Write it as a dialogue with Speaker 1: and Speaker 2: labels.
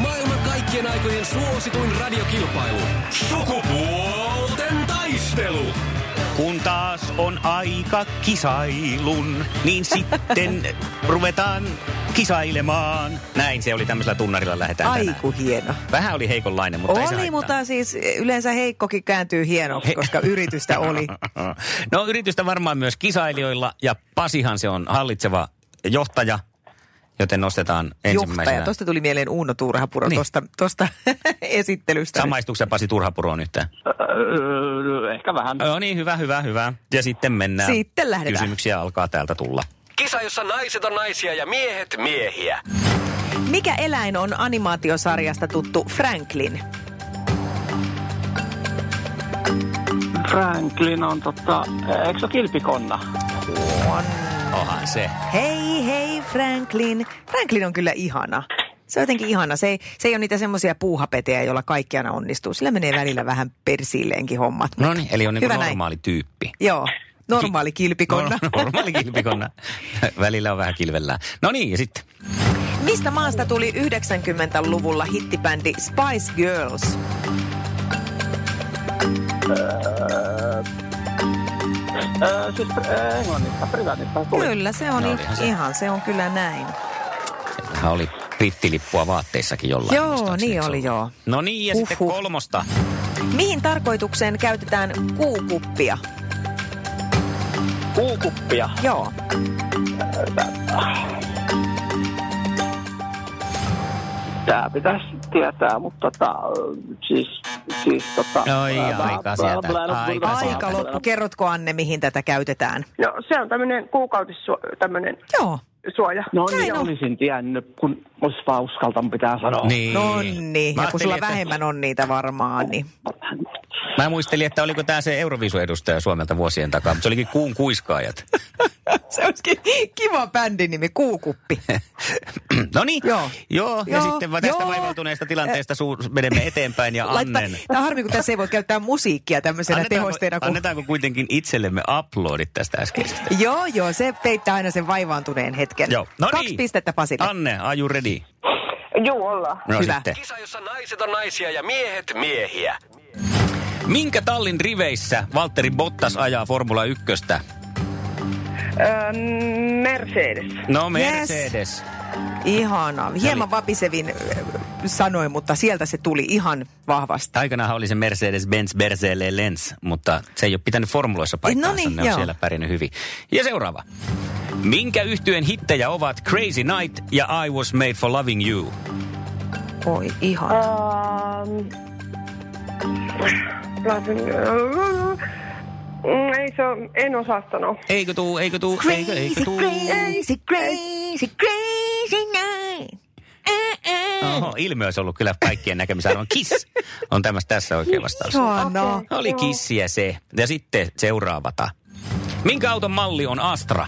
Speaker 1: Maailman kaikkien aikojen suosituin radiokilpailu. Sukupuolten taistelu.
Speaker 2: Kun taas on aika kisailun, niin sitten ruvetaan kisailemaan. Näin se oli tämmöisellä tunnarilla lähdetään tänään.
Speaker 3: Aiku hieno.
Speaker 2: Vähän oli heikonlainen, mutta ei se
Speaker 3: oli,
Speaker 2: haittaa.
Speaker 3: mutta siis yleensä heikkokin kääntyy hienoksi, koska yritystä oli.
Speaker 2: No yritystä varmaan myös kisailijoilla ja Pasihan se on hallitseva johtaja, joten nostetaan ensimmäisenä.
Speaker 3: Johtaja. Tuosta tuli mieleen Uuno Turhapuro
Speaker 2: Niin.
Speaker 3: niin. tuosta, tuosta esittelystä.
Speaker 2: Samaistuksessa Pasi Turhapuroon yhtään.
Speaker 4: Öö, ehkä vähän.
Speaker 2: No niin, hyvä, hyvä, hyvä. Ja sitten mennään.
Speaker 3: Sitten lähdetään.
Speaker 2: Kysymyksiä alkaa täältä tulla.
Speaker 1: Kisa, jossa naiset on naisia ja miehet miehiä.
Speaker 3: Mikä eläin on animaatiosarjasta tuttu Franklin?
Speaker 4: Franklin on totta, eikö se ole kilpikonna?
Speaker 2: Onhan se.
Speaker 3: Hei, hei Franklin. Franklin on kyllä ihana. Se on jotenkin ihana. Se ei, se ei ole niitä semmoisia puuhapetejä, joilla kaikki aina onnistuu. Sillä menee välillä vähän persilleenkin hommat.
Speaker 2: No niin, eli on niin
Speaker 3: Hyvä näin.
Speaker 2: normaali tyyppi.
Speaker 3: Joo, normaali kilpikonna.
Speaker 2: No, normaali kilpikonna. Välillä on vähän kilvellään. No niin, ja sitten.
Speaker 3: Mistä maasta tuli 90-luvulla hittibändi Spice Girls?
Speaker 4: Öö, siis pr- englannista, Britannista tuli.
Speaker 3: Kyllä, se on
Speaker 2: No,
Speaker 3: no,
Speaker 2: olihan se.
Speaker 3: ihan, se on kyllä näin.
Speaker 2: Hän oli brittilippua vaatteissakin jollain.
Speaker 3: Joo,
Speaker 2: muistaakseni,
Speaker 3: niin
Speaker 2: eikö se
Speaker 3: oli,
Speaker 2: ollut?
Speaker 3: joo.
Speaker 2: No niin, ja sitten
Speaker 3: Huhhuh.
Speaker 2: kolmosta.
Speaker 3: Mihin tarkoitukseen käytetään kuukuppia?
Speaker 4: Kuukuppia.
Speaker 3: Joo.
Speaker 4: Tää pitäisi tietää, mutta tota, siis, siis tota...
Speaker 2: Oi, aika sieltä, aika
Speaker 3: Aika loppu. Kerrotko Anne, mihin tätä käytetään?
Speaker 5: No se on tämmöinen kuukautissuoja, tämmöinen
Speaker 3: Joo.
Speaker 5: suoja.
Speaker 4: No
Speaker 3: Näin
Speaker 4: niin,
Speaker 3: on.
Speaker 4: olisin tiennyt, kun olisi vaan uskaltan pitää sanoa.
Speaker 2: Niin.
Speaker 3: Nonni.
Speaker 2: Mä
Speaker 3: No Ja kun
Speaker 2: ajattelin,
Speaker 3: sulla
Speaker 2: että-
Speaker 3: vähemmän on niitä varmaan, niin...
Speaker 2: Mä muistelin, että oliko tämä se Euroviisuedustaja Suomelta vuosien takaa, mutta se olikin kuun kuiskaajat.
Speaker 3: Se olisikin kiva bändin nimi, Kuukuppi.
Speaker 2: no niin, joo.
Speaker 3: Joo.
Speaker 2: joo. ja
Speaker 3: Joo,
Speaker 2: sitten va- tästä
Speaker 3: joo.
Speaker 2: vaivautuneesta tilanteesta su- menemme eteenpäin ja
Speaker 3: Laittaa-
Speaker 2: Annen.
Speaker 3: Tämä on harmi, kun tässä ei voi käyttää musiikkia tämmöisenä tehosteena. Kun...
Speaker 2: annetaanko kuitenkin itsellemme uploadit tästä äskeisestä?
Speaker 3: Joo, joo, se peittää aina sen vaivaantuneen hetken.
Speaker 2: Joo. No
Speaker 3: Kaksi
Speaker 2: niin.
Speaker 3: pistettä Pasille.
Speaker 2: Anne, are you ready?
Speaker 5: Juu, ollaan.
Speaker 2: No
Speaker 3: Hyvä.
Speaker 2: sitten.
Speaker 1: Kisa, jossa naiset on naisia ja miehet miehiä.
Speaker 2: Minkä tallin riveissä Valtteri Bottas ajaa Formula 1?
Speaker 5: Öö, Mercedes.
Speaker 2: No Mercedes.
Speaker 3: Ihana.
Speaker 2: No niin.
Speaker 3: Hieman vapisevin äh, sanoin, mutta sieltä se tuli ihan vahvasti.
Speaker 2: Aikanaan oli se Mercedes-Benz Berzele Lenz, mutta se ei ole pitänyt formuloissa paikkaansa, no
Speaker 3: No niin,
Speaker 2: ne on
Speaker 3: joo.
Speaker 2: siellä pärjännyt hyvin. Ja seuraava. Minkä yhtyeen hittejä ovat Crazy Night ja I Was Made for Loving You?
Speaker 3: Oi, ihana.
Speaker 5: Um, äh, ei se on, en osaa sanoa.
Speaker 2: Eikö tuu, eikö tuu, eikö, eikö tuu?
Speaker 3: crazy, crazy, crazy night.
Speaker 2: Oho, ilmiö olisi ollut kyllä kaikkien näkemisarvon. Kiss on tämmöistä tässä oikein vastaus.
Speaker 3: Ihana.
Speaker 2: Oli kissiä se. Ja sitten seuraavata. Minkä auton malli on Astra?